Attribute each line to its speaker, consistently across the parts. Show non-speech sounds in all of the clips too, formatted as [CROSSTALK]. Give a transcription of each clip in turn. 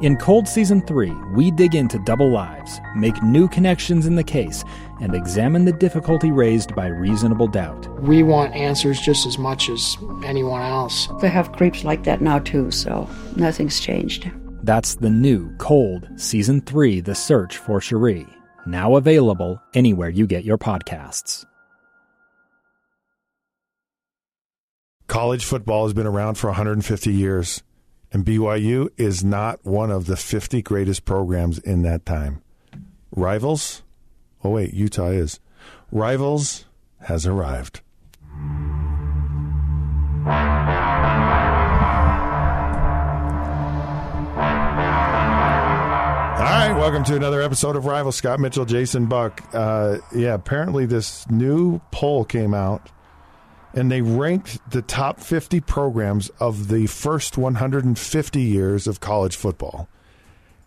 Speaker 1: In Cold Season 3, we dig into double lives, make new connections in the case, and examine the difficulty raised by reasonable doubt.
Speaker 2: We want answers just as much as anyone else.
Speaker 3: They have creeps like that now too, so nothing's changed.
Speaker 1: That's the new Cold Season 3 The Search for Cherie, now available anywhere you get your podcasts.
Speaker 4: College football has been around for 150 years, and BYU is not one of the 50 greatest programs in that time. Rivals? Oh, wait, Utah is. Rivals has arrived. All right, welcome to another episode of Rivals. Scott Mitchell, Jason Buck. Uh, yeah, apparently this new poll came out and they ranked the top 50 programs of the first 150 years of college football.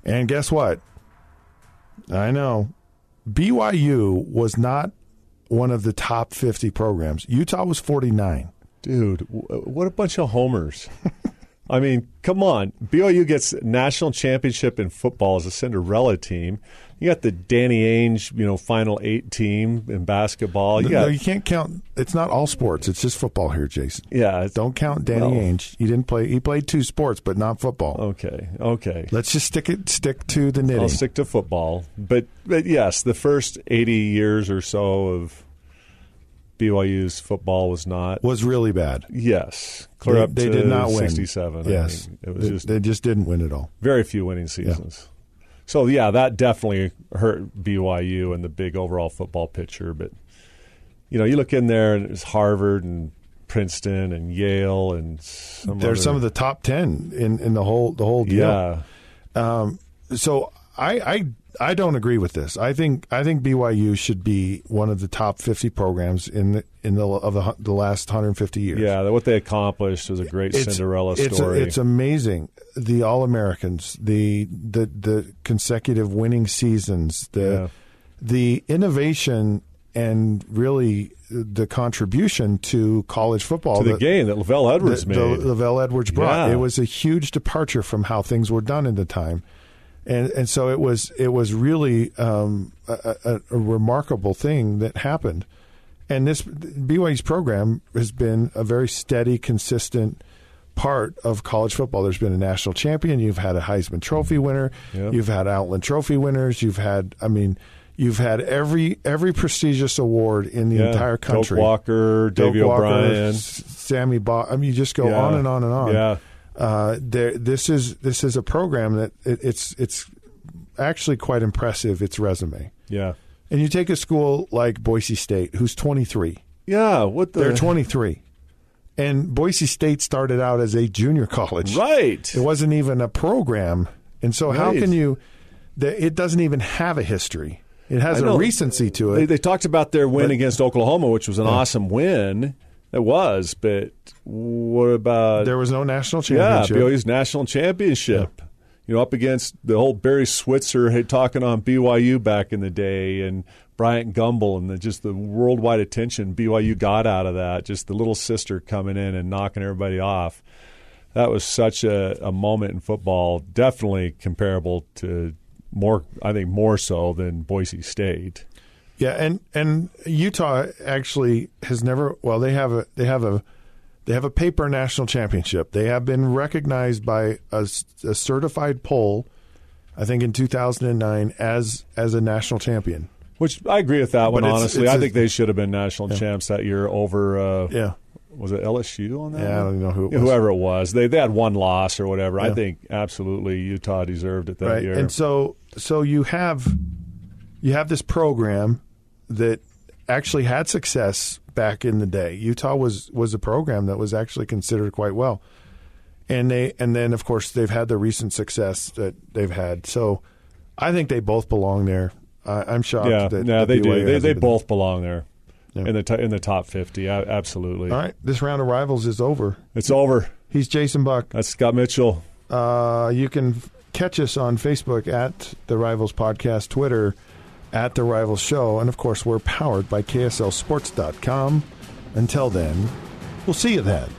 Speaker 4: And guess what? I know. BYU was not one of the top 50 programs. Utah was 49.
Speaker 5: Dude, wh- what a bunch of homers. [LAUGHS] I mean, come on. BYU gets national championship in football as a Cinderella team. You got the Danny Ainge, you know, final eight team in basketball. You
Speaker 4: No,
Speaker 5: got,
Speaker 4: you can't count. It's not all sports. It's just football here, Jason.
Speaker 5: yeah. it's-
Speaker 4: Don't count Danny
Speaker 5: Well-
Speaker 4: Ainge. He didn't play. He played two sports, but not football.
Speaker 5: Okay. Okay.
Speaker 4: Let's just stick it. Stick to the knitting.
Speaker 5: I'll stick to football. But, but yes, the first 80 years or so of BYU's football was not.
Speaker 4: was really bad.
Speaker 5: Yes. Clear
Speaker 4: they,
Speaker 5: up
Speaker 4: they
Speaker 5: to
Speaker 4: did not win.
Speaker 5: 67. I
Speaker 4: Yes,
Speaker 5: mean, it was
Speaker 4: they,
Speaker 5: just
Speaker 4: they just didn't win at all.
Speaker 5: very few winning seasons. So yeah, that definitely hurt BYU and the big overall football picture. But you know, you look in there and it's Harvard and Princeton and Yale and some
Speaker 4: They're
Speaker 5: other-
Speaker 4: some of the top ten in, in the whole the whole deal.
Speaker 5: yeah.
Speaker 4: So I, I I don't agree with this. I think I think BYU should be one of the top fifty programs in the in the of the, hu- the last hundred and fifty years.
Speaker 5: Yeah, what they accomplished was a great Cinderella
Speaker 4: it's,
Speaker 5: story.
Speaker 4: It's amazing. The All Americans, the the the consecutive winning seasons, the
Speaker 5: Yeah.
Speaker 4: the innovation and really the contribution to college football
Speaker 5: to the,
Speaker 4: that-
Speaker 5: game that Lavelle Edwards
Speaker 4: that
Speaker 5: made.
Speaker 4: the Lavelle Edwards brought.
Speaker 5: Yeah.
Speaker 4: It was a huge departure from how things were done in the time, and and so it was it was really um, a, a, a remarkable thing that happened. And this BYU's program has been a very steady, consistent part of college football. There's been a national champion. You've had a Heisman Trophy winner.
Speaker 5: Yep.
Speaker 4: You've had Outland Trophy winners. You've had, I mean, you've had every every prestigious award in the
Speaker 5: Yeah.
Speaker 4: entire
Speaker 5: Doak
Speaker 4: country.
Speaker 5: Walker,
Speaker 4: Doak
Speaker 5: Davey
Speaker 4: Walker,
Speaker 5: O'Brien.
Speaker 4: S- Sammy Baugh. I mean, you just go
Speaker 5: Yeah.
Speaker 4: on and on and on.
Speaker 5: Yeah.
Speaker 4: Uh, there, this is this is a program that it, it's it's actually quite impressive. Its resume,
Speaker 5: Yeah.
Speaker 4: and you take a school like Boise State, who's 23.
Speaker 5: Yeah, what the
Speaker 4: They're 23, and Boise State started out as a junior college.
Speaker 5: Right.
Speaker 4: It wasn't even a program, and so how
Speaker 5: Right.
Speaker 4: can you? The, it doesn't even have a history. It has
Speaker 5: I
Speaker 4: a
Speaker 5: know.
Speaker 4: recency to it.
Speaker 5: They, they talked about their win
Speaker 4: But-
Speaker 5: against Oklahoma, which was an awesome win. It was, but what about
Speaker 4: there was no national
Speaker 5: yeah,
Speaker 4: championship.
Speaker 5: BYU's national championship? You know, up against the whole Barry Switzer had talking on BYU back in the day, and Bryant Gumbel, and the, just the worldwide attention BYU got out of that. Just the little sister coming in and knocking everybody off. That was such a, a moment in football, definitely comparable to more. I think more so than Boise State.
Speaker 4: Yeah, and and Utah actually has never. Well, they have a they have a they have a paper national championship. They have been recognized by a, s- a certified poll, I think in 2009 as as a national champion.
Speaker 5: Which I agree with that one.
Speaker 4: But it's-
Speaker 5: honestly,
Speaker 4: it's
Speaker 5: I
Speaker 4: a-
Speaker 5: think they should have been national champs that year over. Uh,
Speaker 4: Yeah,
Speaker 5: Was it LSU on that?
Speaker 4: Yeah, I
Speaker 5: one?
Speaker 4: don't know who it
Speaker 5: Yeah,
Speaker 4: was.
Speaker 5: Whoever it was, they they had one loss or whatever. I
Speaker 4: Yeah.
Speaker 5: think absolutely Utah deserved it that
Speaker 4: right.
Speaker 5: year.
Speaker 4: And so so you have you have this program that actually had success back in the day. Utah was was a program that was actually considered quite well, and they and then of course they've had the recent success that they've had. So I think they both belong there. I, I'm shocked.
Speaker 5: yeah,
Speaker 4: that,
Speaker 5: no,
Speaker 4: that
Speaker 5: they
Speaker 4: BYU
Speaker 5: do. They,
Speaker 4: hasn't
Speaker 5: they
Speaker 4: been-
Speaker 5: both belong there
Speaker 4: Yeah.
Speaker 5: in the t- in the top fifty. A- absolutely,
Speaker 4: All right, this round of rivals is over.
Speaker 5: it's over.
Speaker 4: He's Jason Buck.
Speaker 5: That's Scott Mitchell.
Speaker 4: Uh, you can f- catch us on Facebook at the Rivals Podcast, Twitter at the Rivals Show, and of course we're powered by KSLSports.com. Until then, we'll see you then.